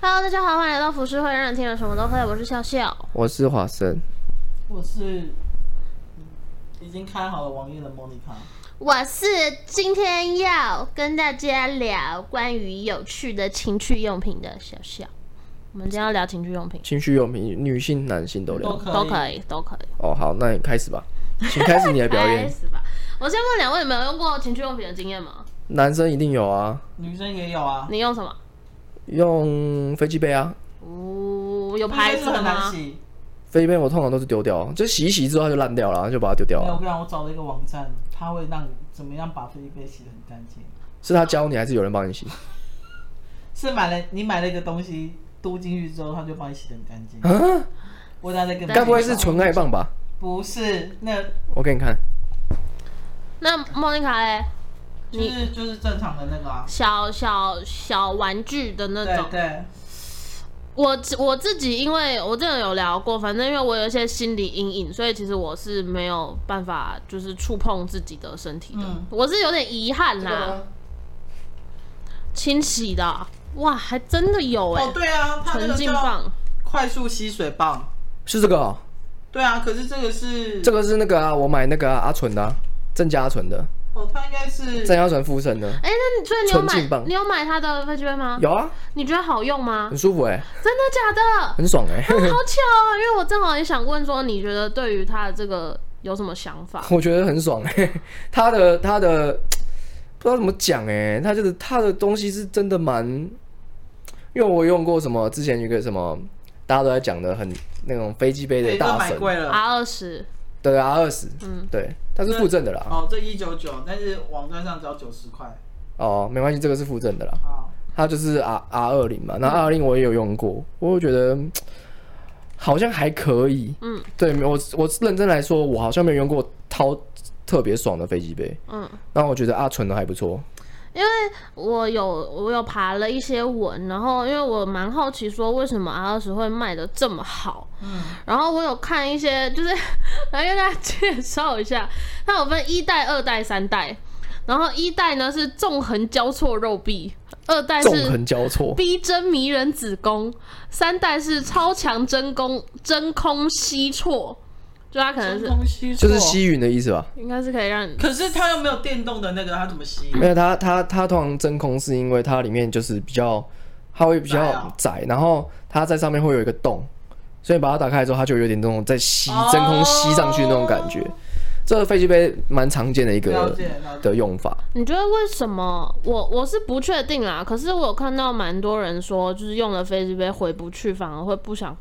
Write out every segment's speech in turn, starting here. Hello，大家好，欢迎来到浮世会，让人听了什么都会。我是笑笑。我是华生，我是嗯已经开好了网页的莫妮卡。我是今天要跟大家聊关于有趣的情趣用品的小笑。我们今天要聊情趣用品，情趣用品，女性、男性都聊都。可以都可以，都可以。哦，好，那你开始吧，请开始你的表 开演。始哎吧。我先问两位有没有用过情趣用品的经验吗？男生一定有啊，女生也有啊，你用什么？用飞机杯啊，哦，有有牌子是的很难吗？洗。飞机杯我通常都是丢掉，就洗一洗之后它就烂掉了，就把它丢掉没有，我哦了。跟你讲，我找了一个网站，它会让你怎么样把飞机杯洗得很干净。是他教你，还是有人帮 你洗？是买了你买了一个东西丢进去之后，它就帮你洗得很干净。啊，我拿那个，该不会是纯爱棒吧？不是，那我给你看，那莫妮卡嘞？就你是就是正常的那个啊。小小小玩具的那对种。啊对，我自我自己，因为我之前有聊过，反正因为我有一些心理阴影，所以其实我是没有办法就是触碰自己的身体的，嗯我是有点遗憾这啦、个哦吗清洗的啊，哇，还真的有哎、哦对啊，它那纯个净叫棒，快速吸水棒。是这个哦，对啊，可是这个是这个是那个啊，我买那个啊阿纯的啊，郑家纯的，哦，它应该是郑家纯附身的，哎、那你所以你有纯净买棒你有买它的飞机杯吗？有啊，你觉得好用吗？很舒服哎、真的假的？很爽哎、 好巧啊、因为我正好也想问说，你觉得对于它的这个有什么想法？我觉得很爽哎、他的他的不知道怎么讲哎、他就是他的东西是真的蛮，因为我用过什么之前有一个什么大家都在讲的很那种飞机杯的对都大买神，贵了。 R 二十，对啊 R 二十，嗯，对，它是附赠的啦，哦，这一九九，但是网站上只要九十块。哦，没关系，这个是附赠的哦啦，好，它就是 R R 二零嗯嘛，那 R 二零我也有用过，我觉得。嗯好像还可以，嗯，对我我认真来说，我好像没有用过掏特别爽的飞机杯，嗯，那我觉得阿纯的还不错，我有我有爬了一些文，然后因为我蛮好奇说为什么 R 二十会卖的这么好，嗯，然后我有看一些，就是 来跟大家介绍一下，它有分一代、二代、三代，然后一代呢是纵横交错肉壁，二代纵是横交错，逼真迷人子宫，三代是超强真空真空吸错，就它可能是东西就是。吸吮的意思吧？应该是可以让你可是它又没有电动的那个，它怎么吸？没有，它它它通常真空是因为它里面就是比较，它会比窄较啊窄，然后它在上面会有一个洞，所以把它打开来之后，它就有点那种在吸真空吸上去那种感觉哦。这个飞机杯蛮常见的一了个解了解。的用法，你觉得为什么我我是不确定啦，可是我有看到蛮多人说，就是用了飞机杯回不去，反而会不想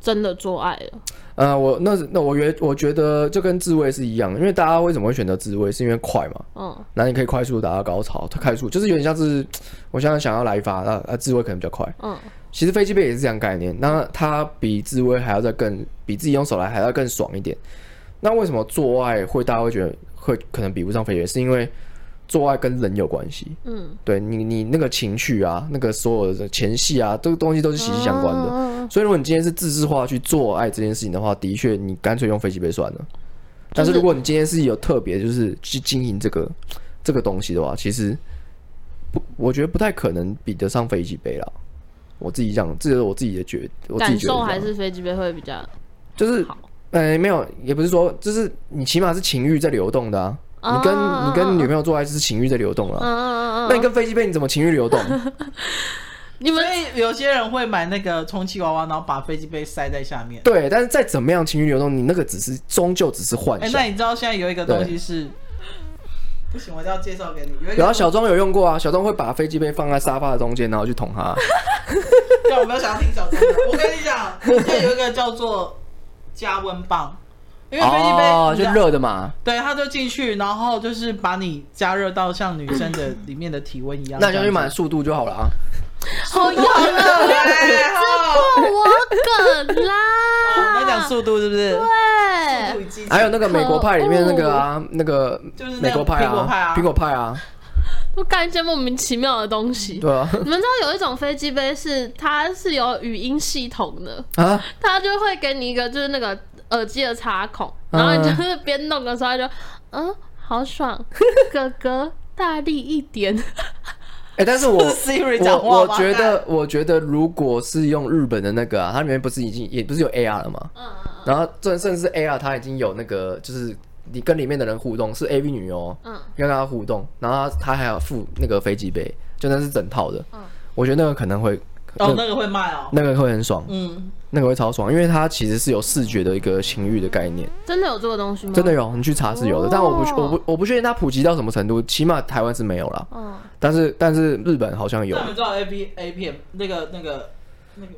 真的做爱了。呃，我那那我觉我觉得就跟自慰是一样的，因为大家为什么会选择自慰，是因为快嘛，嗯，然后你可以快速地达到高潮，它快速就是有点像是我现在想要来一发，那啊自慰可能比较快，嗯，其实飞机杯也是这样概念，那它比自慰还要再更，比自己用手来还要更爽一点。那为什么做爱会大家会觉得会可能比不上飞机杯？是因为做爱跟人有关系，嗯，对你你那个情绪啊，那个所有的前戏啊，这个东西都是息息相关的。的。所以如果你今天是自制化去做爱这件事情的话，的确你干脆用飞机杯算了。但是如果你今天是有特别就是去经营这个这个东西的话，其实不，我觉得不太可能比得上飞机杯啦。我自己这样，这是我自己的觉，我自己感觉受得这样还是飞机杯会比较就是好。呃没有，也不是说就是你起码是情欲在流动的啊。你跟啊你跟女朋友做爱是情欲在流动嗯啊，嗯嗯嗯嗯，那你跟飞机杯你怎么情欲流 动？你们所以有些人会买那个充气娃娃，然后把飞机杯塞在下面。对，但是再怎么样情欲流动，你那个只是终究只是幻哎、想那。你知道现在有一个东西是，不行，我一定要介绍给你。有一然后个，小庄有用过啊，小庄会把飞机杯放在沙发的中间，然后去捅它。但我没有想要听小众的。我跟你讲，现在有一个叫做加温棒，因为飞机杯、哦，你知就道热的嘛，对，它就进去，然后就是把你加热到像女生的里面的体温一样。那就去蛮。买速度就好了啊。好用了，我梗啦。在讲速度是不是？速度对，与激情还有那个美国派里面那个啊，那个哦就是那个美国派苹果派啊，啊苹果派啊，我干一些莫名其妙的东西。对啊 你们知道有一种飞机杯是它是有语音系统的，啊，他就会给你一个就是那个耳机的插孔，然后你就是嗯边弄的时候他就嗯好爽，哥哥大力一点，哎，但是我 Siri 讲我话我吗觉得，我觉得如果是用日本的那个啊，它里面不是已经也不是有 AR 了吗？嗯嗯然后这甚至是 AR，它已经有那个就是你跟里面的人互动，是 AV 女优哦，嗯，要跟她互动，然后她还要付那个飞机杯，就那是整套的。嗯我觉得那个可能会，哦，那那个会卖哦。那个会很爽，嗯，那个会超爽，因为它其实是有视觉的一个情欲的概念， 真的有这个东西吗？真的，有，你去查是有的，但我不确哦我不我不确定它普及到什么程度，起码台湾是没有啦，嗯，但是但是日本好像有那，你们知道 A P A 片那个那个那个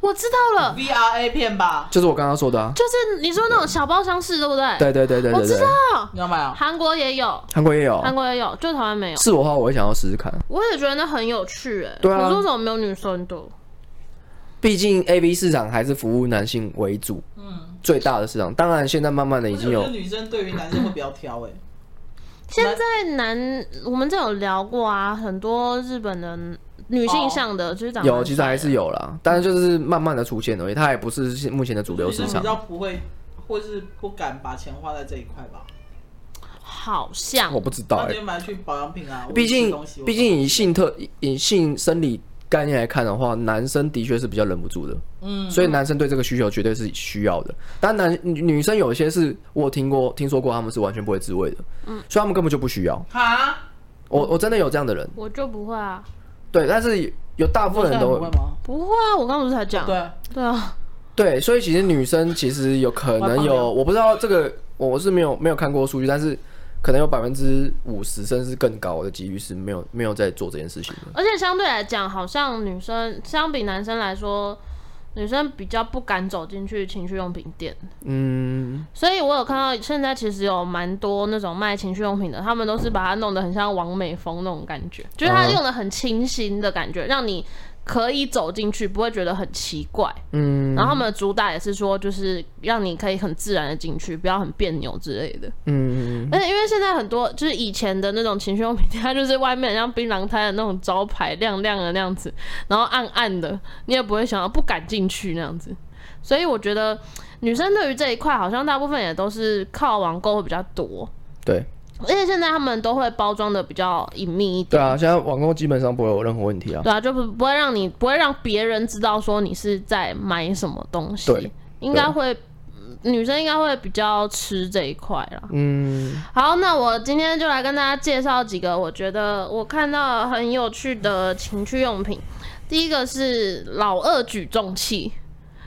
我知道了， V R A 片吧？就是我刚刚说的啊，就是你说那种小包厢式，对不对？，对对对对我对知对，道，你要买啊？韩国也有，韩国也有，韩国也有，就台湾没有。是我的话我会想要试试看，我也觉得那很有趣哎、对啊可是为什么没有女生多？毕竟 A V 市场还是服务男性为主，嗯，最大的市场，当然现在慢慢的已经我有觉得女生对于男生会比较挑哎。现在男，我们这有聊过啊，很多日本的女性向的，就是长得哦有，很其实还是有啦，但是就是慢慢的出现而已，它还不是现目前的主流市女生嗯场比。较不会，或是不敢把钱花在这一块吧。好像我不知道那哎、就买去保养品啊。毕或者吃竟东西毕竟以性特以性生理概念来看的话，男生的确是比较忍不住的，嗯，所以男生对这个需求绝对是需要的。但男女女生有一些是我听过听说过，他们是完全不会自慰的，嗯所以他们根本就不需要。哈，我我真的有这样的人，我就不会啊，对，但是有大部分人不都嗯会吗？不会啊，我刚刚不是才讲，对，对啊，对，所以其实女生其实有可能有，我不知道这个，我是没有没有看过数据，但是可能有百分之五十甚至更高的几率是没有没有在做这件事情的。而且相对来讲，好像女生相比男生来说，女生比较不敢走进去情趣用品店，嗯，所以我有看到现在其实有蛮多那种卖情趣用品的，他们都是把它弄得很像王美风那种感觉，就是它嗯用的很清新的感觉，让你可以走进去，不会觉得很奇怪。嗯然后他们的主打也是说，就是让你可以很自然的进去，不要很别扭之类的。嗯，而且因为现在很多就是以前的那种情趣用品店，它就是外面很像槟榔摊的那种招牌，亮亮的那样子，然后暗暗的，你也不会想要不敢进去那样子。所以我觉得女生对于这一块，好像大部分也都是靠网购会比较多，对而且现在他们都会包装的比较隐秘一点。对啊，现在网购基本上不会有任何问题啊。对啊，就不不会让你不会让别人知道说你是在买什么东西。对，应该会，女生应该会比较吃这一块啦。嗯，好，那我今天就来跟大家介绍几个我觉得我看到很有趣的情趣用品。第一个是老二举重器，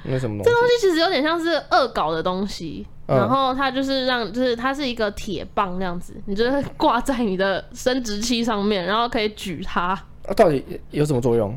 那什么东这东西？西其实有点像是恶搞的东西。嗯然后它就是让，就是它是一个铁棒那样子，你就是挂在你的生殖器上面，然后可以举它， 啊、到底有什么作用？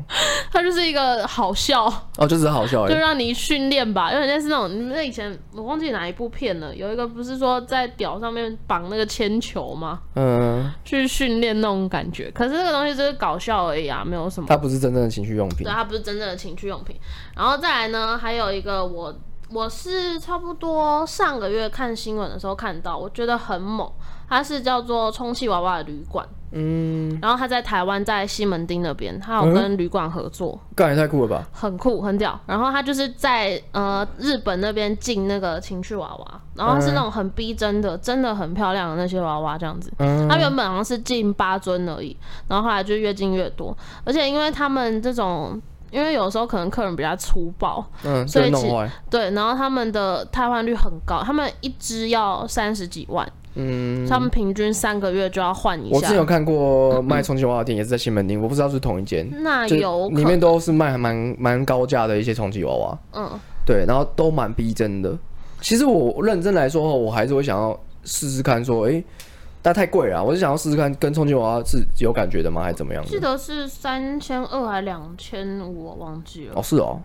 它就是一个好笑，哦，就只是好笑而就已。让你训练吧，有点类似那种，你们以前我忘记哪一部片了，有一个不是说在屌上面绑那个铅球吗？嗯，去训练那种感觉。可是这个东西就是搞笑而已啊，没有什么。它不是真正的情趣用品对，。啊它不是真正的情趣用品。然后再来呢，还有一个我我是差不多上个月看新闻的时候看到，我觉得很猛，它是叫做充气娃娃的旅馆，嗯，然后它在台湾在西门町那边，它有跟旅馆合作。干也太酷了吧！很酷很屌。然后他就是在呃日本那边进那个情趣娃娃，然后是那种很逼真的，真的很漂亮的那些娃娃这样子。嗯他原本好像是进八尊而已，然后后来就越进越多，而且因为他们这种。因为有时候可能客人比较粗暴，嗯，所就以是其弄坏。对，然后他们的汰换率很高，他们一只要三十几万，嗯，他们平均三个月就要换一我之下嗯前。有看过卖充气娃娃店，也是在西门町，我不知道是不是同一间。那就啊有可里面都是卖还蛮蛮高价的一些充气娃娃，嗯，对，然后都蛮逼真的。其实我认真来说的话，我还是会想要试试看，说，诶，但太贵了啊，我是想要试试看跟充气娃娃是有感觉的吗，还是怎么样记的？得是三千二还两千五，我忘记了。哦，是哦，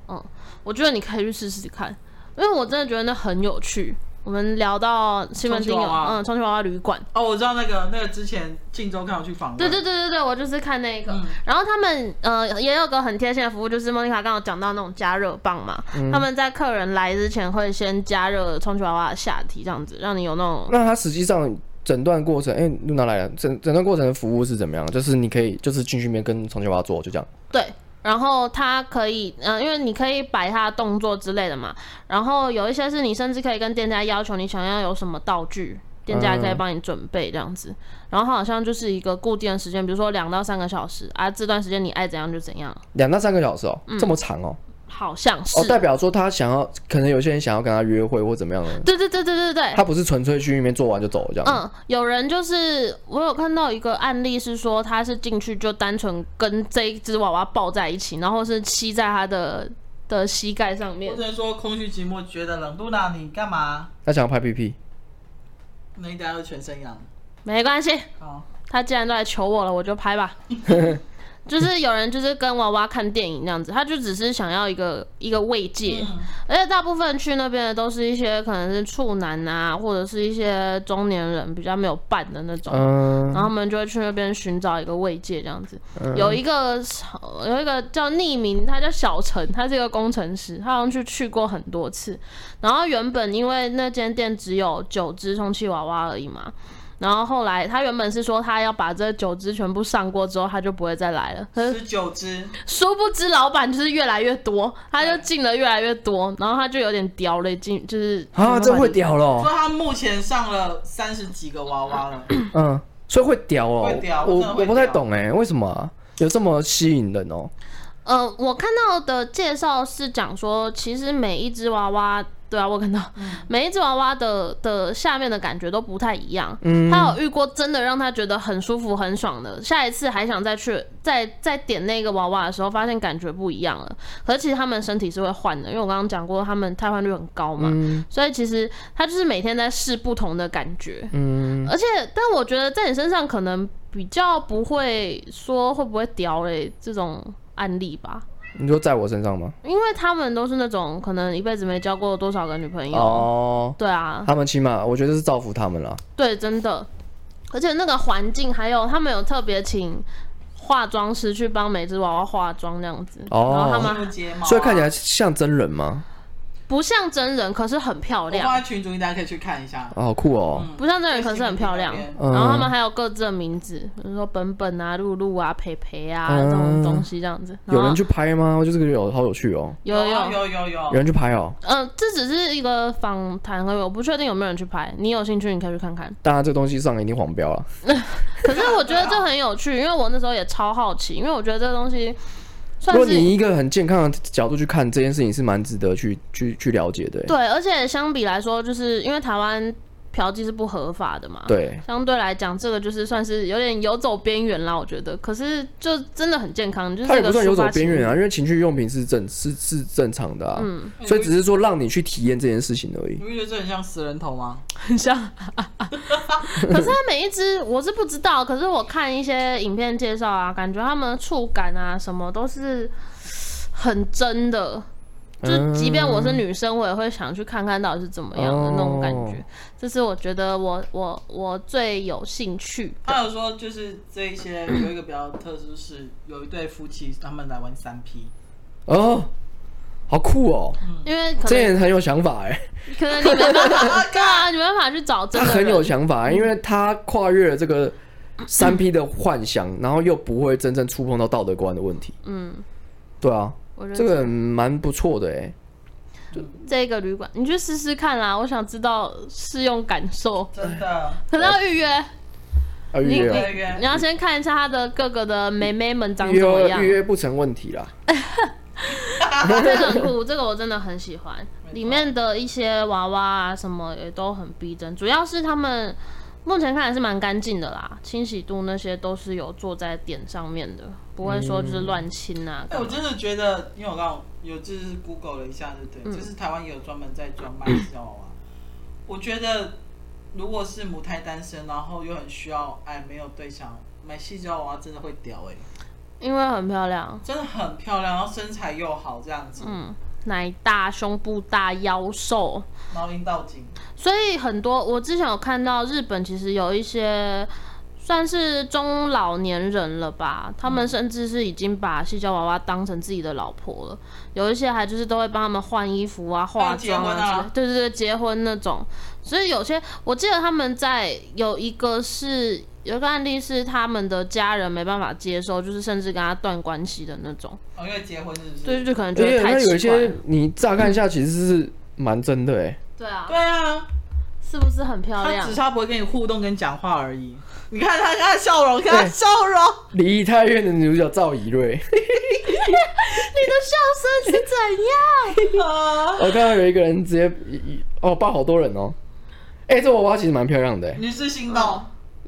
我觉得你可以去试试看，因为我真的觉得那很有趣。我们聊到西门町充有气娃娃嗯，充气娃娃旅馆，哦，我知道那个那个之前晋州看我去访问，对对对对对，我就是看那个。嗯然后他们呃也有个很贴心的服务，就是莫妮卡刚刚讲到那种加热棒嘛，他们在客人来之前会先加热充气娃娃的下体，这样子让你有那种那它实际上诊断过程，诶，露娜来了，诊诊断过程的服务是怎么样？就是你可以就是进去面跟充气娃娃做，就这样。对。然后它可以，嗯、因为你可以摆它的动作之类的嘛。然后有一些是你甚至可以跟店家要求你想要有什么道具，店家可以帮你准备这样子。然后它好像就是一个固定的时间，比如说两到三个小时啊，这段时间你爱怎样就怎样，两到三个小时哦，这么长哦，好像嗯是。哦，代表说他想要，可能有些人想要跟他约会或怎么样的，对对对对对对，他不是纯粹去那边做完就走了这样。哎嗯，有人就是我有看到一个案例是说，他是进去就单纯跟这一只娃娃抱在一起，然后是吸在他的的膝盖上面或。者说空虚寂寞觉得冷，露娜你干嘛？他想要拍屁屁，那应该会全身痒。没关系，好，他既然都来求我了，我就拍 吧。就是有人就是跟娃娃看电影那样子，他就只是想要一个一个慰藉，嗯而且大部分去那边的都是一些可能是处男啊，或者是一些中年人比较没有伴的那种。嗯，然后他们就会去那边寻找一个慰藉，这样子。有一个有一个叫匿名，他叫小陈，他是一个工程师，他好像去去过很多次。然后原本因为那间店只有九只充气娃娃而已嘛，然后后来他原本是说他要把这九只全部上过之后，他就不会再来了。可是十九只， 殊不知老板就是越来越多，他就进了越来越多，然后他就有点屌了，进就是啊，这会屌。屌说咯，他目前上了三十几个娃娃了，嗯，所以会屌哦会屌，真的我会我不太屌懂哎，为什么啊有这么吸引人哦？呃，我看到的介绍是讲说，其实每一只娃娃，对啊，我看到、嗯每一只娃娃的的下面的感觉都不太一样。嗯他有遇过真的让他觉得很舒服、很爽的，下一次还想再去再再点那个娃娃的时候，发现感觉不一样了。可是其实他们身体是会换的，因为我刚刚讲过，他们汰换率很高嘛，嗯所以其实他就是每天在试不同的感觉。嗯，而且，但我觉得在你身上可能比较不会说会不会屌嘞这种案例吧，你说在我身上吗？因为他们都是那种可能一辈子没交过多少个女朋友，哦，对啊，他们起码我觉得是造福他们啦。对，真的。而且那个环境，还有他们有特别请化妆师去帮每只娃娃化妆那样子，嗯哦然后他进入们睫毛啊。所以看起来像真人吗？不像真人，可是很漂我亮放。在群组，大家可以去看一下。啊，好酷哦！不像真人，可是很漂亮。嗯然后他们嗯，还有各自的名字，比如说本本啊、露露啊、培培啊、嗯这种东西这样子。然有后人去拍吗？我就是觉得有好有趣哦，有有有有有有有有人去拍哦。嗯，这只是一个访谈而已，我不确定有没有人去拍。你有兴趣，你可以去看看。当然，这东西上一定黄标啊了。可是我觉得这很有趣，因为我那时候也超好奇，因为我觉得这东西如算果是你一个很健康的角度去看这件事情，是蛮值得去去去了解的欸。对，而且相比来说，就是因为台湾嫖妓是不合法的嘛，，对，相对来讲，这个就是算是有点游走边缘啦，我觉得。可是就真的很健康，就是它这也不个算游抒走发情边缘绪 嗯啊，因为情趣用品是正是是正常的啊，所以只是说让你去体验这件事情而已你。会觉得这很像死人头吗？很像。可是它每一只我是不知道，可是我看一些影片介绍啊，感觉它们的触感啊什么都是很真的。嗯就即便我是女生，我也会想去看看到底是怎么样的哦那种感觉。这是我觉得我我我最有兴趣。他有说，就是这一些有一个比较特殊是，有一对夫妻他们来玩三 P，哦，好酷哦，因为可这能人很有想法哎，可能你没办 法，对啊，你没办法去找真他的嗯很有人。想法，欸因为他跨越了这个三 P 的幻想，然后又不会真正触碰到道德观的问题。嗯，对啊，我觉这得个蛮不错的哎。这个旅馆你去试试看啦，我想知道试用感受， 真的可能要哦预约。啊，预约你哦对约你要先看一下他的各个的妹妹们长预怎么约样预。约不成问题啦。 啊这个很酷，这个我真的很喜欢。错里面的一些娃娃啊什么也都很逼真，主要是他们目前看来是蛮干净的啦，清洗度那些都是有做在点上面的，不会说就是乱清啊。哎、我真的觉得，因为我刚好有就是 Google 了一下，对嗯不对？就是台湾也有专门在专卖这种啊。我觉得，如果是母胎单身，然后又很需要爱，没有对象，买细胶娃娃真的会屌哎、因为很漂亮，真的很漂亮，然后身材又好这样子，嗯，奶大、胸部大、腰瘦，然后阴道紧，所以很多我之前有看到日本其实有一些算是中老年人了吧，他们甚至是已经把细胶娃娃当成自己的老婆了，有一些还就是都会帮他们换衣服啊、化妆还有结婚啊啊之类，对对对，结婚那种。所以有些我记得他们在有一个是有一个案例是他们的家人没办法接受，就是甚至跟他断关系的那种，哦，因为结婚是不是？对，就可 能觉而且得它太有一奇怪了些。你乍看一下其实是蛮真的哎，对啊，对啊，是不是很漂他亮只是？他不会跟你互动、跟你讲话而已。你看他，看他笑容，看他笑容， 离异太院的女主角赵以瑞， 你的笑声是怎样？啊我看到哦有一个人直接一一哦抱好多人哦，哎、这娃娃其实蛮漂亮的、哎女士心动，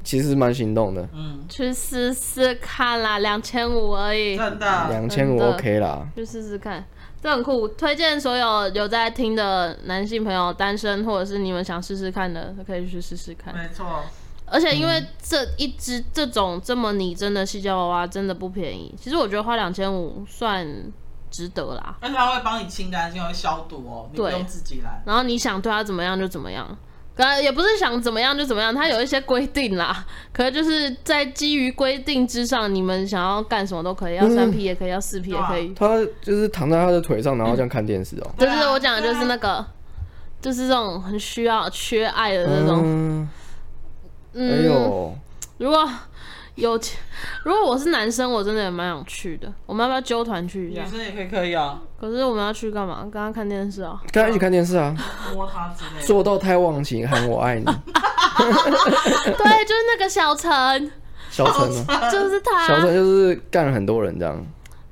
其实蛮心动的，嗯，去试试看啦，两千五而已，真的，两千五真的 OK 啦，去试试看，这很酷。推荐所有有在听的男性朋友，单身或者是你们想试试看的，都可以去试试看。没错，而且因为这一只这种这么拟真的细胶娃娃真的不便宜，其实我觉得花两千五算值得啦。而且他会帮你清干净，会消毒哦，你不对用自己来。然后你想对它怎么样就怎么样，可也不是想怎么样就怎么样，它有一些规定啦。可是就是在基于规定之上，你们想要干什么都可以，要三 P 也可以，要四 P 也可以。她就是躺在她的腿上，然后这样看电视哦、就对啊是我讲的就是那个，就是这种很需要缺爱的那种。嗯，嗯，哎呦，如果有钱，如果我是男生，我真的也蛮想去的。我们要不要揪团去一下女？生也可以可以啊，可是我们要去干嘛？跟他看电视 啊、跟她一起看电视啊，摸他之类的。做到太忘情喊我 爱你，对，就是那个小 陈，小陈呢、就是小他。陈就是干了很多人这样，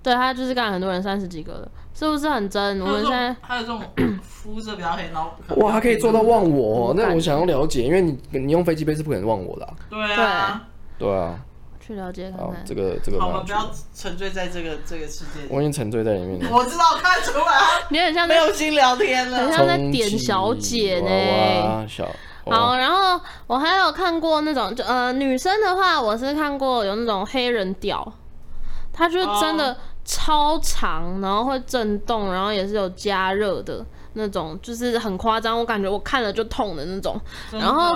对他就是干了很多人三十几个的，是不是很真？我们现在还有这种肤色比较黑，然后哇，他可以做到忘我、哦嗯，那我想要了解，因为你你用飞机杯是不可能忘我的、啊，对啊，对啊，去了解看好，看这。个这个好，蛮我有趣们不要的，沉醉在这个这个世界里。我已经沉醉在里面了。我知道，看出来你很像他没那有心聊天很了。像在点小姐呢哇哇小好，哇然后我还有看过那种，就呃，女生的话，我是看过有那种黑人屌，它就是真的超长，然后会震动，然后也是有加热的那种，就是很夸张，我感觉我看了就痛的那种。真的然后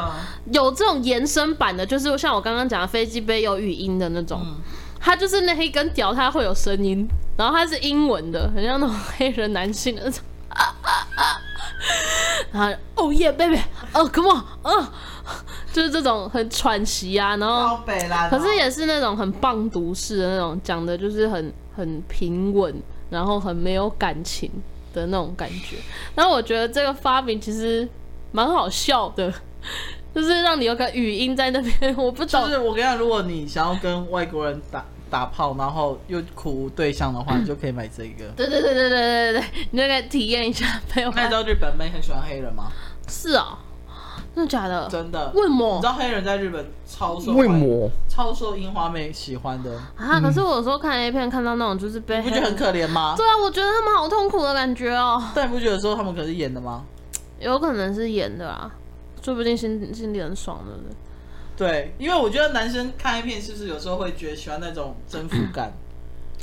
有这种延伸版的，就是像我刚刚讲的飞机杯有语音的那种，嗯它就是那一根屌，它会有声音，然后它是英文的，很像那种黑人男性的那种。 然后哦耶，baby，哦，come on，嗯、就是这种很喘息啊，然后超北啦，可是也是那种很棒读式的那种，讲的就是很很平稳，然后很没有感情的那种感觉。然后我觉得这个发明其实蛮好笑的，就是让你有个语音在那边，我不懂。就是我跟你讲，如果你想要跟外国人打打炮，然后又苦无对象的嗯话，你就可以买这个。对对对对对对对对，你就可以体验一下没有？那你知道日本妹很喜欢黑人吗？是哦，真的假的？真的，为什你么知道黑人在日本超受欢为魔超受樱花妹喜欢的，啊？可是我有时候看 A 片看到那种就是被你不觉得很可怜吗？对啊，我觉得他们好痛苦的感觉哦，但你不觉得说他们可是演的吗？有可能是演的啦，说不定心心里很爽，对不对？对，因为我觉得男生看 A 片是不是有时候会觉得喜欢那种征服 感？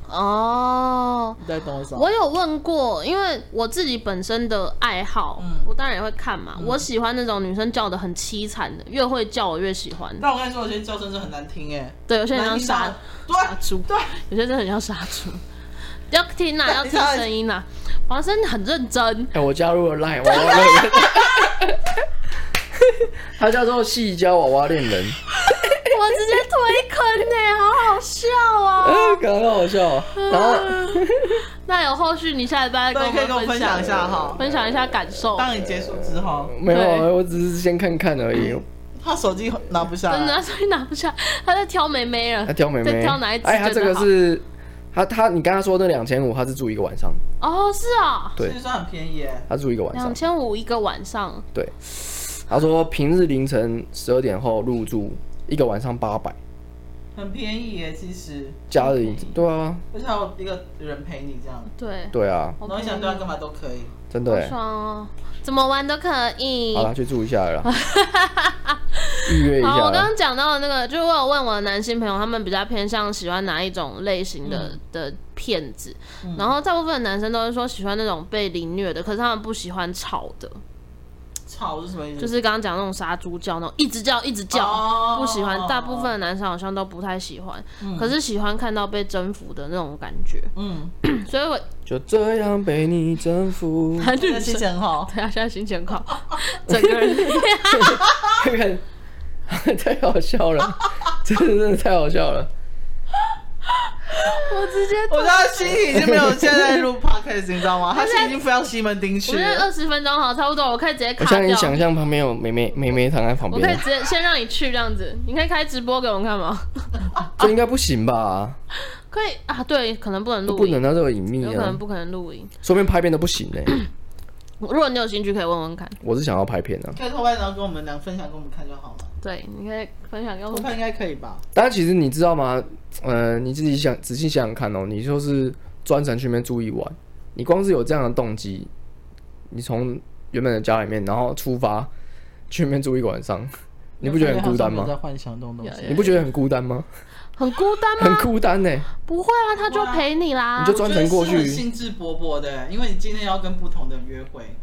哦，你在懂我什么？我有问过，因为我自己本身的爱好，嗯我当然也会看嘛。我喜欢那种女生叫的很凄惨的，越会叫我越喜欢。但我跟你说，有些叫声是很难听哎，对，有些人难像听杀到， 对杀猪，对，有些真的很像杀猪。 要听呐、对要听声音呐、黄生很认真，哎，我加入了 Line 娃娃恋 人，他叫做细胶娃娃恋人，我直接推坑呢、 好好笑哦、啊，感觉好笑哦。然后那有后续，你下礼拜跟对，可以跟我我们分享一下哈。分享一下感受。当你结束之后，没有啊，对嗯我只是先看看而已。他手机拿不下来，真的，所以拿不下，他在挑妹妹了。他啊挑妹在妹，挑哪一只哎，他真的这个好是他他你刚刚说那两千五，他是住一个晚上，哦，是啊、对其实算很便宜耶。他住一个晚两上。千五一个晚上，对，他说平日凌晨十二点后入住，一个晚上八百，很便宜耶，其实假日凌晨嗯很便宜对啊，而且还有一个人陪你这样，对，对啊，好然后你便宜想对他干嘛都可以。真的好欸。爽哦，怎么玩都可以。好了，去住一下 了啦，预约一好，下我刚啦。刚讲到的那个，就是我有问我的男性朋友，他们比较偏向喜欢哪一种类型的、嗯的骗子，嗯然后大部分的男生都是说喜欢那种被凌虐的，可是他们不喜欢吵的，嗯吵是什么意思？就是刚刚讲那种杀猪叫那种一直叫一直叫，哦不喜欢。大部分的男生好像都不太喜欢，可是喜欢看到被征服的那种感觉，嗯，所 以我，就这样被你征服 男这女个心生。 情很好。对啊，现在心情很好， 整个 人这个 太好笑了，真的真的太好笑了。我直接我知道心里已经没有现在录 podcast，你知道 吗？他现在已经飞到西门町我去觉得了。二十分钟好，差不多，我可以直接我卡现在掉。想象旁边有妹妹妹妹躺在旁我可以边，直接先让你去这样子，你可以开直播给我们看吗？啊这应该不行吧？ 可以啊，对，可能不能都录不影，能让这个隐秘有可能啊，不可能录影。说不定拍片都不行呢。如果你有兴趣，可以问问看。我是想要拍片啊，可以偷拍，然后跟我们俩分享，跟我们看就好了。对，你可以分享给我偷们看。拍应该可以吧？但其实你知道吗？呃，你自己想仔细想想看哦，你就是专程去那边住一晚，你光是有这样的动机，你从原本的家里面然后出发去那边住一个晚上，你不觉得很孤单我吗？在幻想这种东西有。你不觉得很孤单吗？ 很孤单吗？很孤单呢、不会啊，他就陪你啦你就。专程过我觉得去是很兴致勃勃的，欸因为你今天要跟不同的人约会，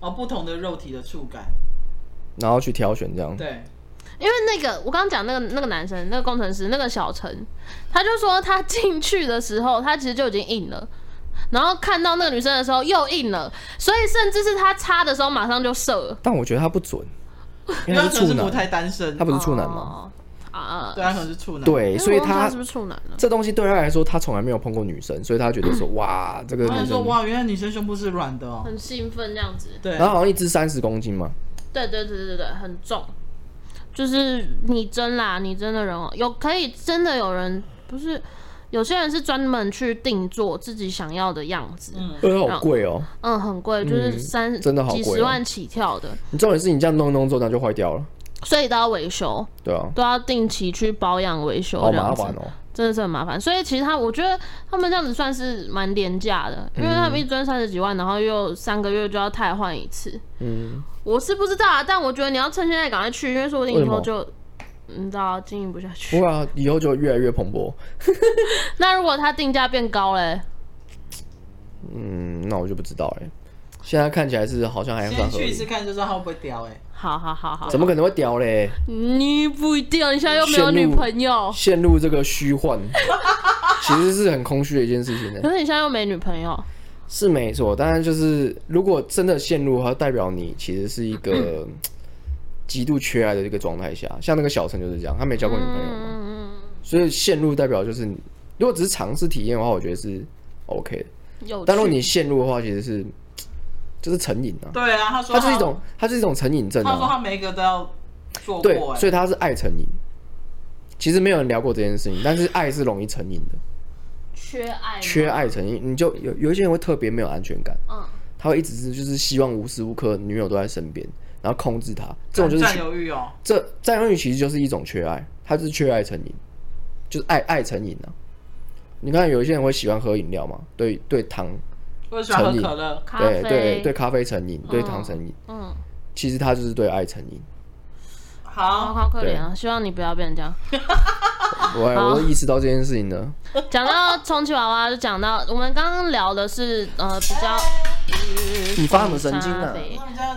哦，不同的肉体的触感，然后去挑选这样。对，因为那个我刚刚讲那个那个男生，那个工程师，那个小陈，他就说他进去的时候，他其实就已经硬了。然后看到那个女生的时候又硬了，所以甚至是他插的时候马上就射了。但我觉得他不准，因为他他可是处能是母男，胎单身他，不是处男吗？哦？啊，对，他可能是处男，，对，所以因为我忘了他是不是处男了？这东西对他来说，他从来没有碰过女生，所以他觉得说哇，这个他女就说生，哇，原来女生胸部是软的哦，很兴奋这样子。对然，后好像一只三十公斤嘛，对对对对对，很重。就是拟真啦，拟真的人偶有可以真的有人不是，有些人是专门去定做自己想要的样子，嗯嗯呃，好贵哦。很贵，就是嗯三、真的好几贵十哦万起跳的，你重点是你这样弄一弄之后，那就坏掉了，所以都要维修，对啊，都要定期去保养维修，好这样麻子、烦哦。真的是很麻烦。所以其实他，我觉得他们这样子算是蛮廉价的，因为他们一尊三十几万，然后又三个月就要汰换一次，嗯，我是不知道啊，但我觉得你要趁现在赶快去，因为说不定以后就嗯你知道经营不下不去。过啊，以后就越来越蓬勃。那如果它定价变高嘞，嗯，那我就不知道哎。现在看起来是好像还算先合去一次理，看就知道他会不会屌哎，好好好好，怎么可能会屌嘞？你不一定，你现在又没有女朋友，陷入这个虚幻，其实是很空虚的一件事情呢 可。是你现在又没女朋友，是没错，当然就是如果真的陷入，它代表你其实是一 个极度缺爱的一个状态下。像那个小陈就是这样，他没交过女朋友嘛，嗯，所以陷入代表就是你，如果只是尝试体验的话，我觉得是 OK 的。有趣。但如果你陷入的话，其实是就是成瘾啊，对啊，他说它他是一种它是一种成瘾症他说啊，他每一个都要做对过，哎所，以它是爱成瘾。其实没有人聊过这件事情，但是爱是容易成瘾的，缺爱，哎缺，爱成瘾，你就有有一些人会特别没有安全感。嗯，他会一直是就是希望无时无刻女友都在身边，然后控制他，这种就是占缺有欲哦，这占有欲其实就是一种缺爱，他是缺爱成瘾，就是爱爱成瘾啊。你看有一些人会喜欢喝饮料嘛，对对糖，我喜欢喝成瘾可乐，咖对啡，对对，咖啡成瘾，对嗯糖成瘾，嗯，其实他就是对爱成瘾。好好，好可怜啊，希望你不要变成这样。我我意识到这件事情呢，讲到充气娃娃，就讲到我们刚刚聊的是呃比较，嗯你发什么神经咖啊？啡他们家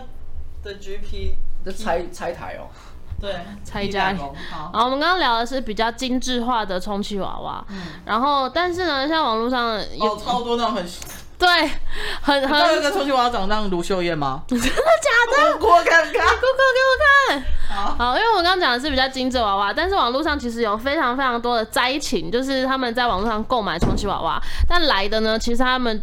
的 GP 这拆拆台哦，对，拆家一两公好好，我们刚刚聊的是比较精致化的充气娃娃，然后但是呢，像网络上有、哦，超多那种 很，对很还有一很个充气娃娃长那卢秀燕吗？真的假的？我看看， 哥哥给我看。好因为我刚刚讲的是比较精致娃娃，但是网络上其实有非常非常多的灾情，就是他们在网络上购买充气娃娃，但来的呢，其实他们。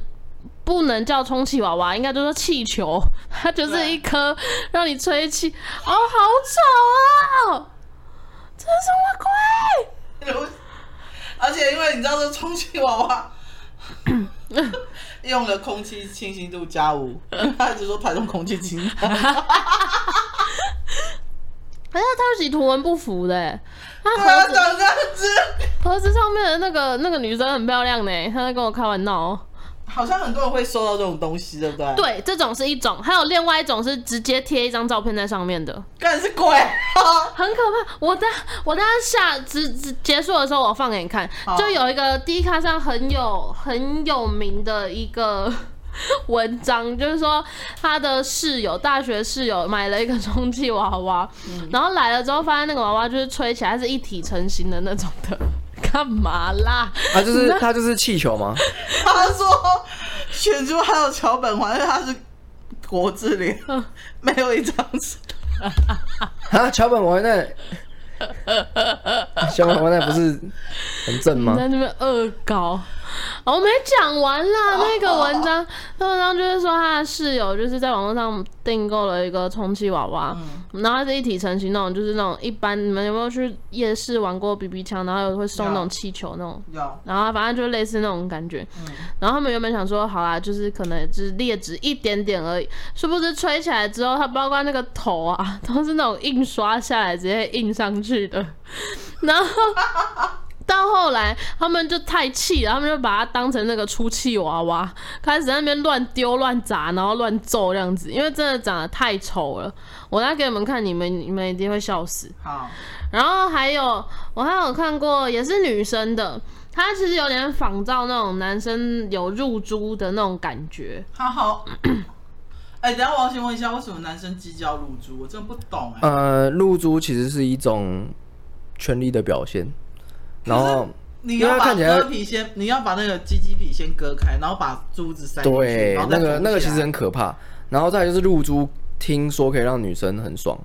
不能叫充气娃娃，应该就说气球，它就是一颗让你吹气。哦，好丑啊！这是什么鬼？而且因为你知道这充气娃 娃用了空气清新度加五， 他就说台中空气清 新，可是它其实图文不符的欸，它盒他子啊长这样子，盒子上面的那个那个女生很漂亮呢，她在跟我开玩闹哦。好像很多人会收到这种东西，对不对？，对，这种是一种，还有另外一种是直接贴一张照片在上面的，干是鬼啊！很可怕。我当我当下只只结束的时候，我放给你看，好就有一个 D 卡上很有很有名的一个。文章就是说，他的室友，大学室友买了一个充气娃娃，然后来了之后发现那个娃娃就是吹起来它是一体成型的那种的， 干嘛啦？他啊就是他就是气球吗？他说选出还有桥本环，因为他是国字脸，没有一张是。啊，桥本环奈，消防那不是很正你吗？在那边恶搞。哦我没讲完啦，那个文章，那文章就是说他的室友就是在网络上订购了一个充气娃娃，然后它是一体成型那种，就是那种一般你们有没有去夜市玩过 BB 枪，然后有会送那种有气球那种。有，然后反正就类似那种感觉，嗯，然后他们原本想说，好啦，就是可能只是劣质一点点而已，殊不知吹起来之后，它包括那个头啊，都是那种印刷下来直接印上去的。然后到后来，他们就太气了，他们就把它当成那个出气娃娃，开始在那边乱丢、乱砸，然后乱揍这样子，因为真的长得太丑了。我再给你们看，你们你们一定会笑死。好，然后还有我还有看过也是女生的，她其实有点仿照那种男生有入珠的那种感觉，好好。 哎、等一下我要先问一下，为什么男生鸡叫露珠？我真的不懂哎、呃，露珠其实是一种权力的表现，然后你要因为它把看起来割皮先，你要把那个鸡鸡皮先割开，然后把珠子塞进去，对然后再那个缝那个起其来实很可怕，然后再来就是露珠，听说可以让女生很爽，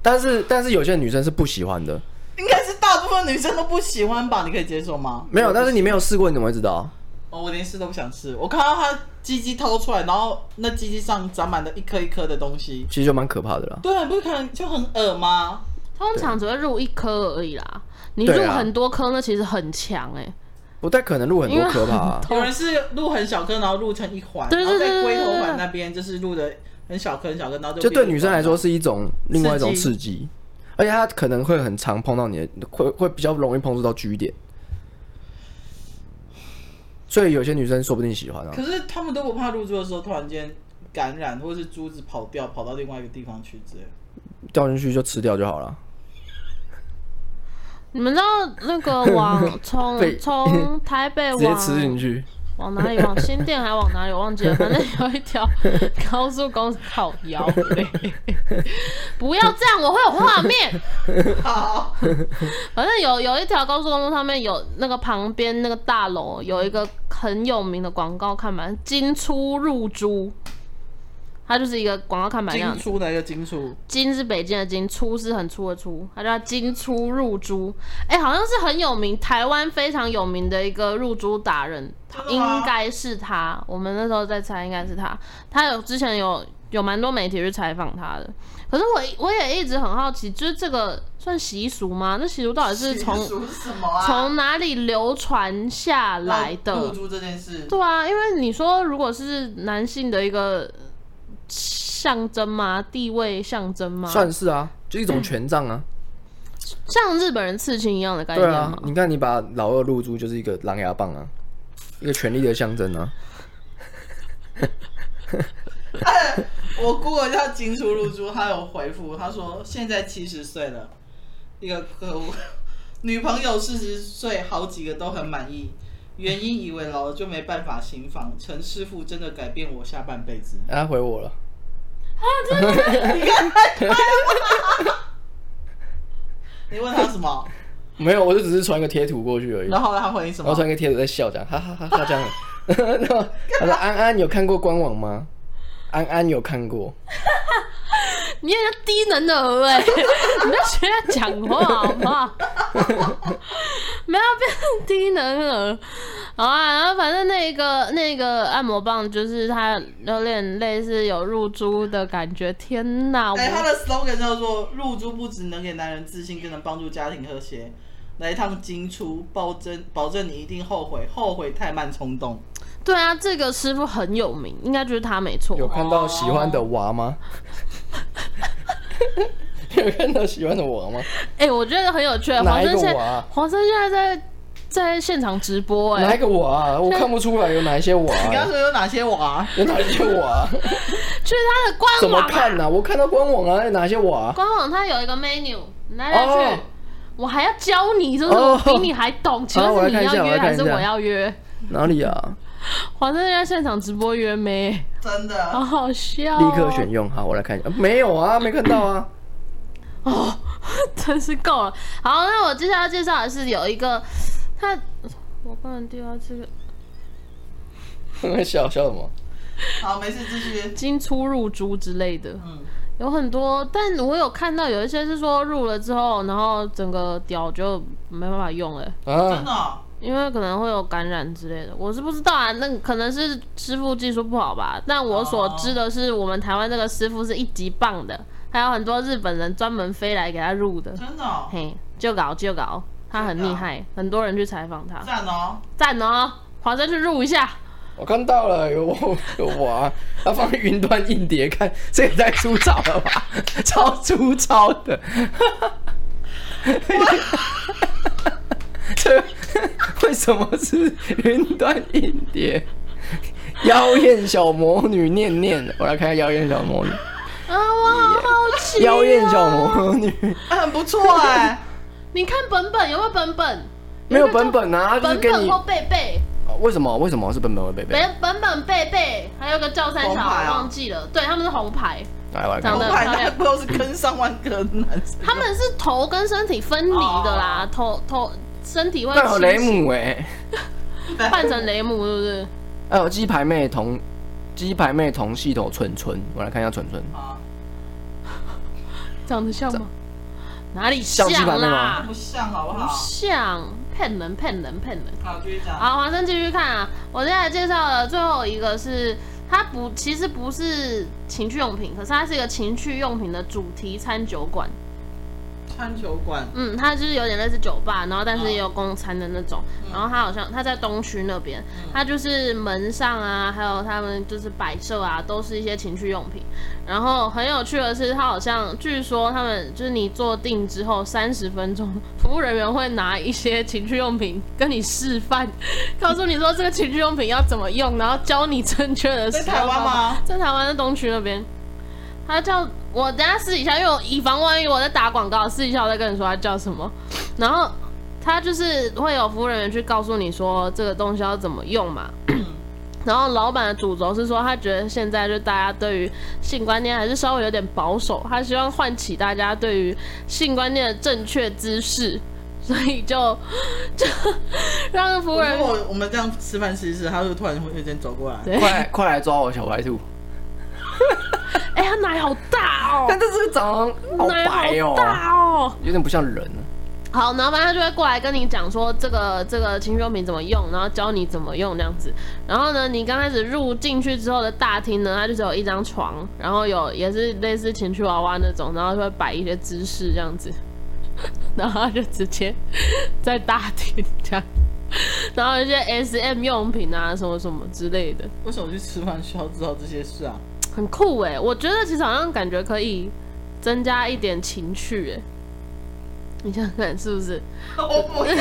但是但是有些女生是不喜欢的，应该是大部分女生都不喜欢吧？你可以接受吗？没有，但是你没有试过，你怎么会知道？哦，我连试都不想试。我看到他鸡鸡掏出来，然后那鸡鸡上长满了一颗一颗的东西。其实就蛮可怕的啦。对，不是看就很恶吗？通常只会入一颗而已啦。你对入啊很多颗，那其实很强哎、不太可能录很多颗吧？有人是录很小颗，然后录成一环，对然后对在对龟对头对环对那边就是录的很小颗很小颗，然后 就就对女生来说是一种另外一种刺刺激，而且她可能会很常碰到你的，会会比较容易碰触到 G 点，所以有些女生说不定喜欢啊可。是他们都不怕入住的时候突然间感染，或者是珠子跑掉，跑到另外一个地方去之类的。掉进去就吃掉就好了。你们知道那个 往从被从台北直接往吃进去，往哪里往新店还往哪里我忘记了，反正有一条高速公路靠腰 嘞，不要这样，我会有画面。好，反正有有一条高速公路上面有那个旁边那个大楼有一个很有名的广告看板，金出入珠，它就是一个广告看板那样金子。出哪一个金出？金是北京的金，出是很粗的粗，它叫金出入珠。哎、好像是很有名，台湾非常有名的一个入珠达人，真的吗应该是他。我们那时候在猜，应该是他。他有之前有有蛮多媒体去采访他的。可是我我也一直很好奇，就是这个算习俗吗？那习俗到底啊是从金属是什么啊？从哪里流传下来入的？住这件事，对啊，因为你说如果是男性的一个象征吗？地位象征吗？算是啊，就一种权杖啊。像日本人刺嗯青一样的概对念啊吗，？你看你把老二露珠就是一个狼牙棒啊，一个权力的象征啊。 我姑姑叫金出入珠，她有回复，她说现在七十岁了，一个客户，女朋友四十岁，好几个都很满意。原因以为老了就没办法行房，陈师傅真的改变我下半辈子。啊，回我了。你问他什么？没有，我就只是传一个贴图过去而已。然后呢他回你什然后么？传一个贴图在笑，这样哈哈哈哈这样。 然后他说：“安安有看过官网吗？”安安有看过，你也是低能的鹅哎、 你就学他讲话好不好？没有变成低能儿。好啊，然后反正那个那个按摩棒就是它有点类似有入珠的感觉。天哪，我哎、他的 slogan 叫做“入珠不只能给男人自信，更能帮助家庭和谐”。来一趟金出，保证保证你一定后悔，后悔太慢冲动。对啊，这个师傅很有名，应该就是他没错。有看到喜欢的娃吗？ 有看到喜欢的娃吗？哎、我觉得很有趣。黄哪一生个现娃黄生现在在在现场直播哎、哪一个娃？我看不出来有哪一些娃，你刚刚说有哪些娃？有哪一些娃？去他的官怎么网啊看呢、我看到官网啊，有哪些娃？官网它有一个 menu，你来来去。哦我还要教你，就是哦我比你还懂。请好我问来是你看一下要我约来看还一是下我要约？哪里啊？黄正在现场直播约没？真的，好好笑、哦。立刻选，用。好，我来看一下。呃没有啊，没看到啊。 哦 真是够了。好，那我接下来介绍的是有一个，他我不能丢掉这个笑笑什么？好，没事，继续。金出入珠之类的，嗯，有很多，但我有看到有一些是说入了之后，然后整个屌就没办法用了，真啊，的哦、因为可能会有感染之类的。我是不知道啊，那可能是师傅技术不好吧。但我所知的是，我们台湾这个师傅是一级棒的，还有很多日本人专门飞来给他入的，真的、哦，嘿，就搞就搞，他很厉真的啊害，很多人去采访他，赞哦！赞哦，华生去入一下。我看到了，有有哇，他放云端硬碟看，这也太粗糙了吧， 超粗糙的。 这为什么是云端硬碟？妖艳小魔女念念，我来看一下妖艳小魔女，啊，我好好奇、啊妖艳小魔 女哎很不错哎、你看本本有没有本本？没有本本啊，就是本跟本你或贝贝，为什么为什么是本本会被背？本本本贝贝，还有个叫三红小，牌我啊忘记了。对，他们是红牌，来我来看哦长一得很下我本漂来亮不都是跟上万个男生？他们是头跟身体分离的啦，头头身体会那有哦雷倾斜姆哎、欸。扮成雷姆，是不是？还有哎鸡排妹同鸡排妹同系统蠢蠢，我来看一 下蠢蠢，啊，长得像吗？哪里像鸡排妹啦？吗不像好不不好？像，骗人骗人骗人。好，继续讲。好，华生继续看啊。我现在介绍的最后一个是，它不其实不是情趣用品，可是它是一个情趣用品的主题餐酒馆。餐酒馆，嗯，它就是有点类似酒吧，然后但是嗯也有供餐的那种。然后它好像它在东区那边，嗯它就是门上啊，还有他们就是摆设啊，都是一些情趣用品。然后很有趣的是，它好像据说他们就是你坐定之后三十分钟， 服务人员会拿一些情趣用品跟你示范，告诉你说这个情趣用品要怎么用，然后教你正确的使在用台湾方法吗？在台湾的东区那边，他叫我等下私底下，因为我以防万一我在打广告，私底下我再跟你说他叫什么。然后他就是会有服务人员去告诉你说这个东西要怎么用嘛。然后老板的主轴是说，他觉得现在就大家对于性观念还是稍微有点保守，他希望唤起大家对于性观念的正确知识，所以就就 让服务人员如果我们这样吃饭吃一吃，他就突然会有点走过来。对，快来快来抓我小白兔！哎、他奶好大哦，但这这个长得好奶白哦好、大哦。有点不像人。啊好，然后反正他就会过来跟你讲说这个这个情趣用品怎么用，然后教你怎么用这样子。然后呢，你刚开始入进去之后的大厅呢，它就只有一张床，然后有也是类似情趣娃娃那种，然后就会摆一些姿势这样子，然后他就直接在大厅这样，然后一些 S M 用品啊什么什么之类的，为什么去吃饭需要知道这些事啊？很酷哎、我觉得其实好像感觉可以增加一点情趣哎、你想想看是不是？我不 要。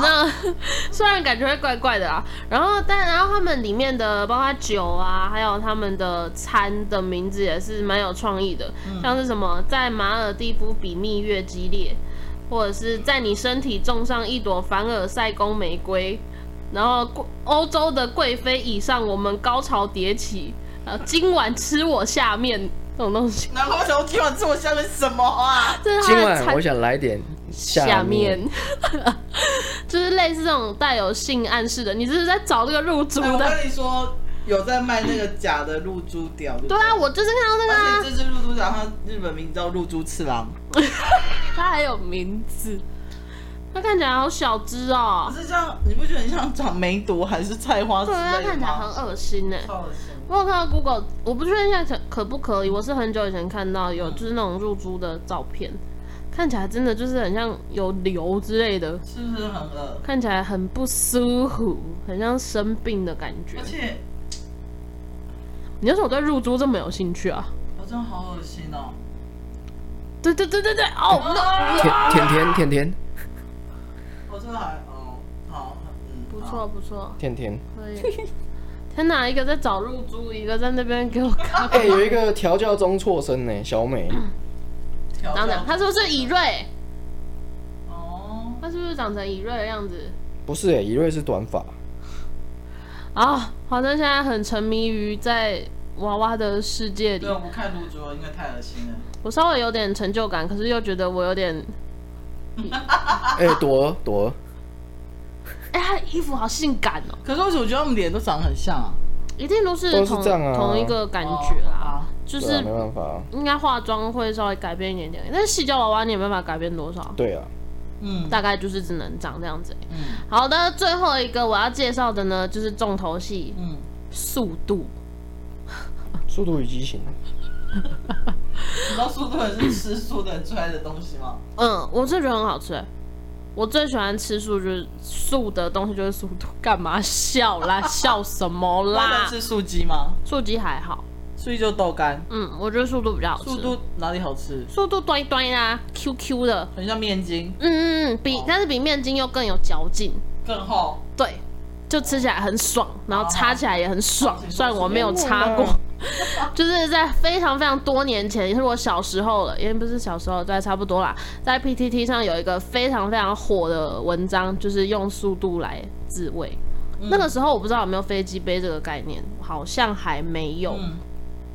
那 虽然感觉会怪怪的啊，然后但然后他们里面的包括酒啊，还有他们的餐的名字也是蛮有创意的，嗯像是什么在马尔蒂夫比蜜月激烈，或者是在你身体种上一朵凡尔赛宫玫瑰，然后贵欧洲的贵妃以上，我们高潮迭起，呃，今晚吃我下面这种东 西，然后我想我听完之后下面什么啊？这是他今的晚餐我想来点下面面， 就是类似这种带有性暗示的。你这是在找这个入珠哎我的？跟你说，有在卖那个假的露珠屌。对不对啊，我就是看到那而个啊，且这只露珠屌，它日本名叫露珠次郎。它还有名字，它看起来好小只哦可。是这样，你不觉得很像长梅毒还是菜花之对，它类的看起来很吗？恶心呢。欸超恶心我有看到 Google，我不确定现在可可不可以，我是很久以前看到嗯有就是那种入珠的照片，看起来真的就是很像有瘤之类的，是不是很恶？看起来很不舒服，很像生病的感觉而。且你为什么对入珠这么有兴趣啊？我真的好恶心哦！对对对对对，哦，那甜甜甜甜甜我真的还哦，好，嗯， 不错不错，甜甜。可以。 天哪，一个在找入珠，一个在那边给我看。哎、有一个调教中错身呢、小美，啊好。长当怎样 然，他是不是以瑞？哦，他是不是长成以瑞的样子？不是哎、一瑞是短发，啊、华生现在很沉迷于在娃娃的世界里对，，我不看露珠了，因为太恶心了。我稍微有点成就感，可是又觉得我有点……啊哎、朵儿朵儿，哎、他的衣服好性感哦，可是为什么我觉得我们脸都长得很像啊？一定都是都是同这样啊同一个感觉啦。哦就对啊是没办法啊，应该化妆会稍微改变一点点，但是细胶娃娃你也没办法改变多少，对啊，嗯大概就是只能长这样子。嗯好的，最后一个我要介绍的呢，就是重头戏嗯，速度。速度与激情，你知道速度人是吃素的人出来的东西 吗？嗯，我是觉得很好吃欸。我最喜欢吃素，就是素的东西就是素度。 干嘛笑 啦？笑什么那啦能？吃素鸡吗？素鸡还好，素鸡就豆干，嗯，我觉得素度比较好吃。素度哪里好吃？速度端一端啦，Q Q 的，很像面筋，嗯嗯嗯，比哦但是比面筋又更有嚼劲，更厚。对，就吃起来很爽，然后哦擦起来也很爽哦，虽然我没有擦过，就是在非常非常多年前，也是我小时候了，因为不是小时候，在差不多啦，在 PTT 上有一个非常非常火的文章，就是用速度来自慰。嗯那个时候我不知道有没有飞机杯这个概念，好像还没有。嗯，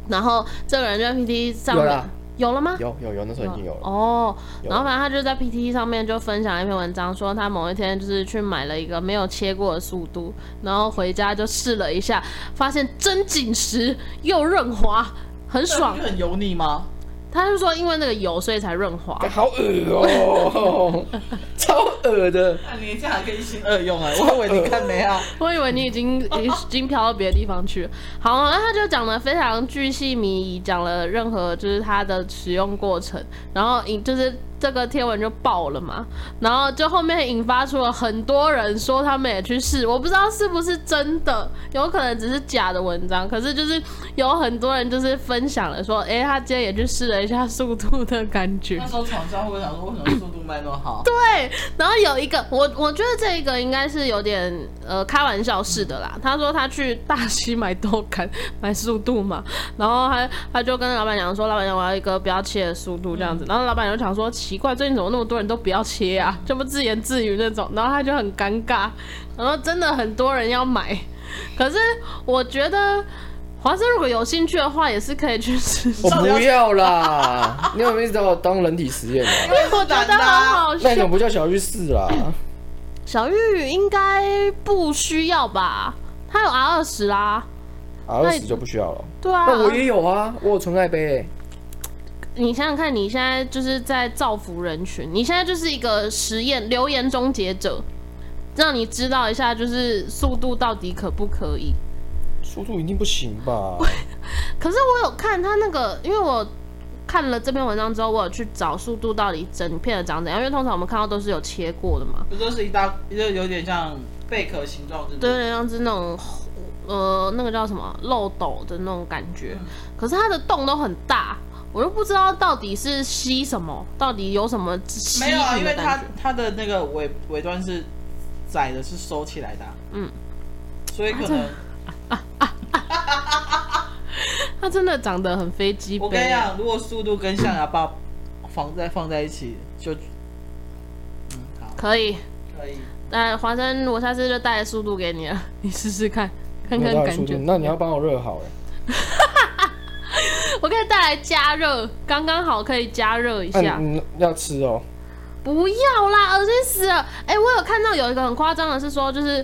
然后这个人就在 PTT 上面有啦有了吗？有有有，那时候已经有了，哦，有然后反正他就在 PTT 上面就分享一篇文章，说他某一天就是去买了一个没有切过的速度，然后回家就试了一下，发现真紧实又润滑，很爽那。不是很油腻吗？他就说因为那个油所以才润滑，干好恶哦、 超恶的，那你这样还可以一心二用啊？我以为你看没啊？我以为你已经已经飘到别的地方去了。好，那他就讲的非常巨细靡遗，讲了任何就是他的使用过程，然后引就是这个贴文就爆了嘛，然后就后面引发出了很多人说他们也去试，我不知道是不是真的，有可能只是假的文章，可是就是有很多人就是分享了说，诶，他今天也去试了一下速度的感觉那。时候厂商会不会想说，为什么速度卖那么好？对，然后有一个，我我觉得这个应该是有点呃开玩笑式的啦。他说他去大溪买豆干， 买速度嘛，然后他他就跟老板娘说，老板娘我要一个不要切的速度这样子。然后老板娘就想说，奇怪，最近怎么那么多人都不要切啊，这不自言自语那种。然后他就很尴尬，然后真的很多人要买，可是我觉得。华生如果有兴趣的话，也是可以去试试我。不要啦，你有没有一直把我当人体实验啊？因为我是觉男得的好啊，好那你怎笑么。不叫小玉试啦？小玉应该不需要吧？她有 R 二十啦，啊，二十就不需要了。对啊。那我也有啊，我有纯爱杯、欸。你想想看，你现在就是在造福人群，你现在就是一个实验留言终结者，让你知道一下就是速度到底可不可以。速度一定不行吧？可是我有看他那个，因为我看了这篇文章之后，我有去找速度到底整片的长怎样，因为通常我们看到都是有切过的嘛，不就是一大，就有点像贝壳形状，是不对，有是？点像是那种呃那个叫什么漏斗的那种感觉。嗯可是它的洞都很大，我又不知道到底是吸什么，到底有什么吸没有啊，引因的为感它觉。它的那个尾尾端是窄的，是收起来的、啊嗯，啊所以可能、它真的长得很飞机我跟你杯，欸啊讲，如果速度跟象牙棒放在放在一起，就嗯好可以。可以。那华生，我下次就带速度给你了， 你试试看，看没看有到感速度觉。，那你要帮我热好哎、我可以带来加热，刚刚好可以加热一欸。下。嗯，要吃哦、不要啦，恶心死了！哎、我有看到有一个很夸张的是说，就是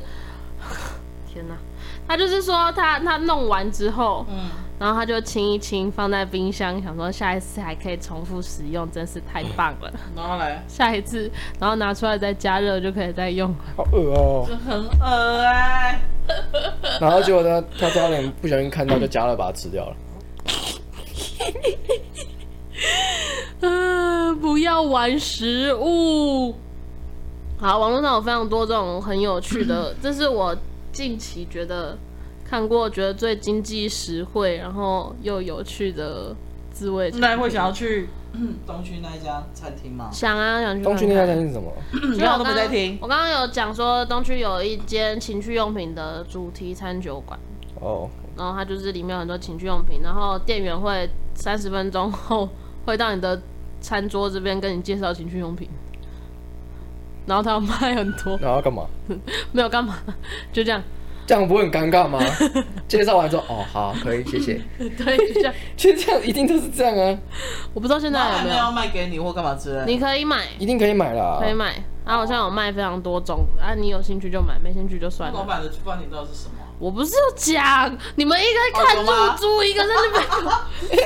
天哪，他就是说他他弄完之后，嗯，然后他就清一清，放在冰箱，想说下一次还可以重复使用，真是太棒了。然后来，下一次，然后拿出来再加热就可以再用。好恶哦、这很恶哎、然后结果呢，他差点不小心看到，就夹了把它吃掉了。嗯、 不要玩食物。好，网络上有非常多这种很有趣 的，这是我近期觉得看过觉得最经济实惠，然后又有趣的滋味。那会想要去嗯东区那一家餐厅吗？想啊，想去东区那看家看餐厅是什么？你嗯看我都没在听。我刚刚有讲说，东区有一间情趣用品的主题餐酒馆，哦，然后它就是里面有很多情趣用品，然后店员会三十分钟后会到你的餐桌这边跟你介绍情趣用品，然后他有卖很多，然后要干嘛？没有干嘛，就这样，这样不会很尴尬吗？介绍完之后，哦，好，可以，谢谢。对，就这样。其实这样一定都是这样啊，我不知道现在那有还没没有有，卖给你或干嘛之类的？你可以买，一定可以买啦。可以啊买，它好像有卖非常多种，啊，你有兴趣就买，没兴趣就算老了。板的出发点到底是什么？我不是要讲，你们一个看哦有吗入珠，一个在那边。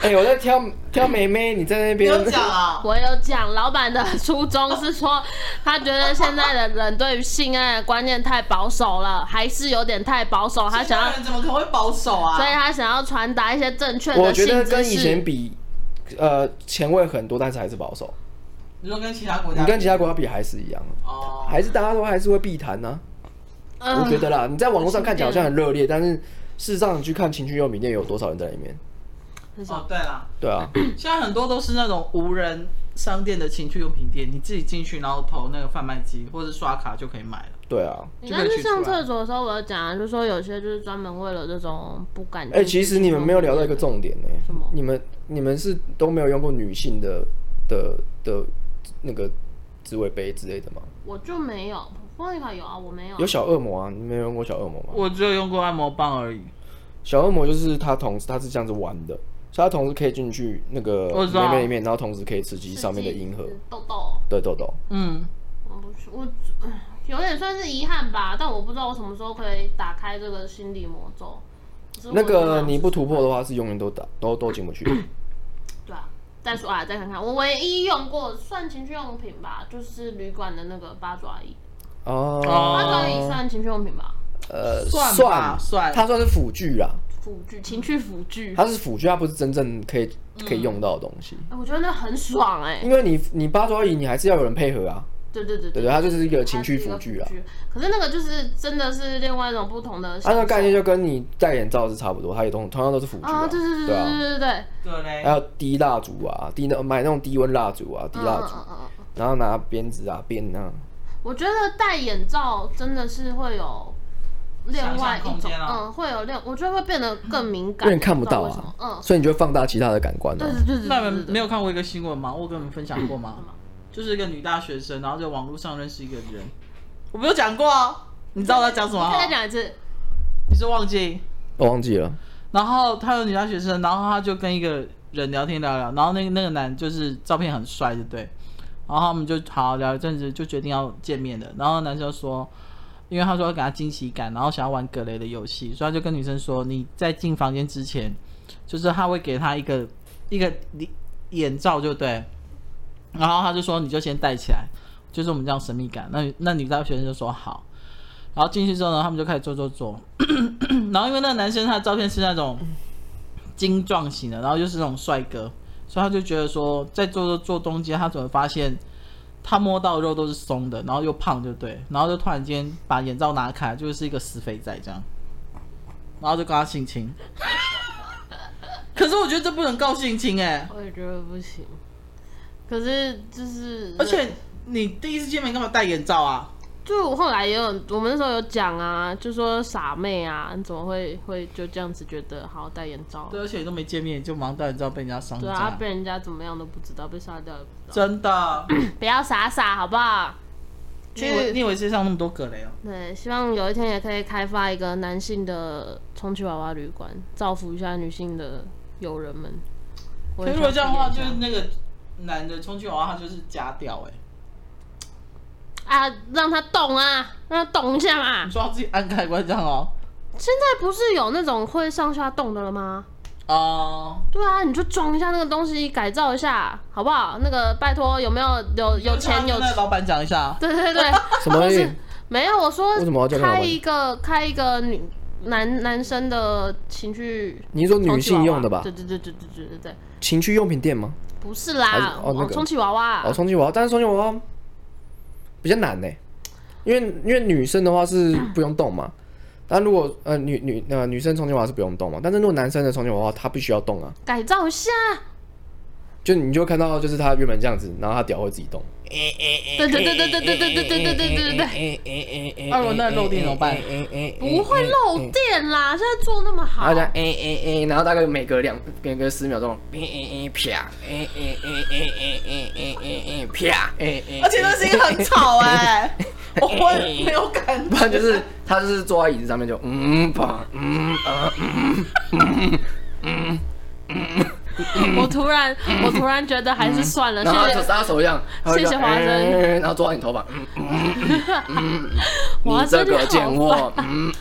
哎、我在挑挑妹妹，你在那你边有讲啊？我有讲，老板的初衷是说，他觉得现在的人对于性爱的观念太保守了，还是有点太保守。他想现要在，人怎么可能会保守啊？所以他想要传达一些正确我的觉得性跟知以前识。比，呃，前卫很多，但是还是保守。你说跟其他国家你比，跟其他国家比还是一样，啊哦，还是大家都还是会避谈呢、我觉嗯，得啦，你在网络上看起来好像很热烈，但是事实上你去看情趣用品店有多少人在里面？是什么哦，对啦，对啊，现在很多都是那种无人商店的情趣用品店，你自己进去，然后投那个贩卖机或者刷卡就可以买了。对啊。你就那可以次嗯取上出来厕所的时候，我有讲啊，就说有些就是专门为了这种不敢。哎、其实你们没有聊到一个重点呢、什么你们你们是都没有用过女性的的的那个自慰杯之类的吗？我就没有，莫妮卡有啊，我没有啊。有小恶魔啊，你没有用过小恶魔吗？我只有用过按摩棒而已，小恶魔就是它同时它是这样子玩的，所以它同时可以进去那个我知妹道妹里面，然后同时可以刺激刺上面的激阴核是痘痘，对豆豆。嗯，我不是哦我，唉有点算是遗憾吧，但我不知道我什么时候可以打开这个心理魔咒。可是嗯我那真的个想你不试突破的话，是永远都打都都进不 去。对啊，再说啊，再看看。我唯一用过算情趣用品吧，就是旅馆的那个八爪椅，哦哦八爪椅算情趣用品吧？呃，算吧算它算是辅具啦，辅具，情趣辅具。它是辅具，它不是真正可以嗯可以用到的东西。哎我觉得那很爽哎、因为你你八爪椅，你还是要有人配合啊，对对对对对不对？它就是一个它情是趣一个辅具啊，辅可是那个就是真的是另外一种不同的它享受。那个概念就跟你戴眼罩是差不多，它也同同样都是辅具啊，对对对对对对啊。对对，对嘞还，有滴蜡烛啊，滴那买那种低温蜡烛啊，滴嗯蜡嗯烛，嗯嗯嗯。然后拿鞭子啊鞭啊，我觉得戴眼罩真的是会有另外想象一空种，间啊嗯，会有另，我觉得会变得更敏因感，为你看不到知道为啊什么，嗯，所以你就放大其他的感官对啊。对对对那对你对们对，没有看过一个新闻吗？我跟你们分享过吗什么？就是一个女大学生，然后在网络上认识一个人，我没有讲过啊，你知道我在讲什么再啊？讲一次，你是忘记？我忘记了，然后她有女大学生，然后她就跟一个人聊天聊聊，然后那个那个男就是照片很帅，对不对？然后他们就好聊一阵子，就决定要见面的。然后男生就说，因为他说要给他惊喜感，然后想要玩格雷的游戏，所以他就跟女生说，你在进房间之前，就是他会给他一个一个眼罩，就对。然后他就说，你就先戴起来，就是我们这样神秘感。那女那女大学生就说好。然后进去之后呢，他们就开始做做做， 然后因为那个男生他的照片是那种精壮型的，然后又是那种帅哥，所以他就觉得说，在做做做中间，他怎么发现他摸到的肉都是松的，然后又胖，就对，然后就突然间把眼罩拿开，就是一个死肥仔这样，然后就跟他性侵。可是我觉得这不能告性侵哎、我也觉得不行。可是就是，而且你第一次见面干嘛戴眼罩啊？就我后来也有，我们那时候有讲啊，就说傻妹啊，你怎么会会就这样子觉得好戴眼罩？对，而且你都没见面就忙戴眼罩被人家伤对家，啊，被人家怎么样都不知道，被杀掉也不知道。真的。不要傻傻，好不好？你以为你以为世界上那么多葛雷哦、对，希望有一天也可以开发一个男性的充气娃娃旅馆，造福一下女性的友人们。我可也是如果想这样的话，体就验一是下那个男的充气娃娃，他就是夹掉哎、啊，让他动啊，让他动一下嘛你。说他自己按开关这样哦、现在不是有那种会上下动的了吗？哦、对啊，你就装一下那个东西，改造一下，好不好？那个拜托，有没有有有钱有跟？那老板讲 一下，对对 对，什么而已？没有，我说为什么要叫他老开板一个开一个女男男生的情趣你是说女充气娃性娃用的吧对？对对对对对对对。情趣用品店吗？不是还是啦，哦那个充气娃娃、哦，充气娃娃，但是充气娃娃比较难呢，因为因为女生的 话是不用动嘛，但如果呃女女呃女生充气娃娃是不用动嘛，但是如果男生的充气娃娃他必须要动啊，改造一下，就你就看到就是他原本这样子，然后他屌会自己动，对对对对对对对对对对对对对，对二轮那漏电怎么办？不会漏电啦，现在做那么然好后，这样哎哎哎，然后大概每隔两每隔十秒钟，哎哎哎啪，哎哎哎哎哎哎哎哎啪，哎哎，而且那是一个很吵哎、 我会没有感 不然觉，就是他就是坐在椅子呃上面就嗯吧嗯啊嗯嗯嗯嗯我突然我突然觉得还是算了，然后他谢就谢。杀手一样，他会谢谢这样华生嗯然后抓你头发，嗯哇，你这真的个好贱烦！货，嗯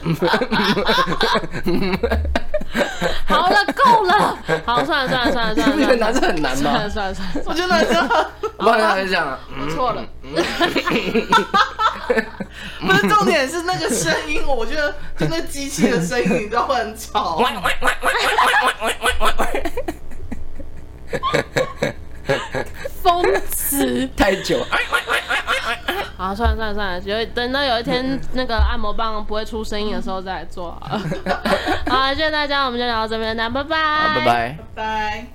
好了，够了，好，算了算了算了你 不觉算了得男生很难算了算了算了吗？算了，我觉得这我帮他讲啊， 我错了。不是重点，是那个声音，我觉得就那机器的声音，你知道会很吵。疯子。太久，好，算了算了算了，有等到有一天那个按摩棒不会出声音的时候再来做好了。好，谢谢大家，我们就聊到这边，那拜拜，好，拜。拜。拜拜。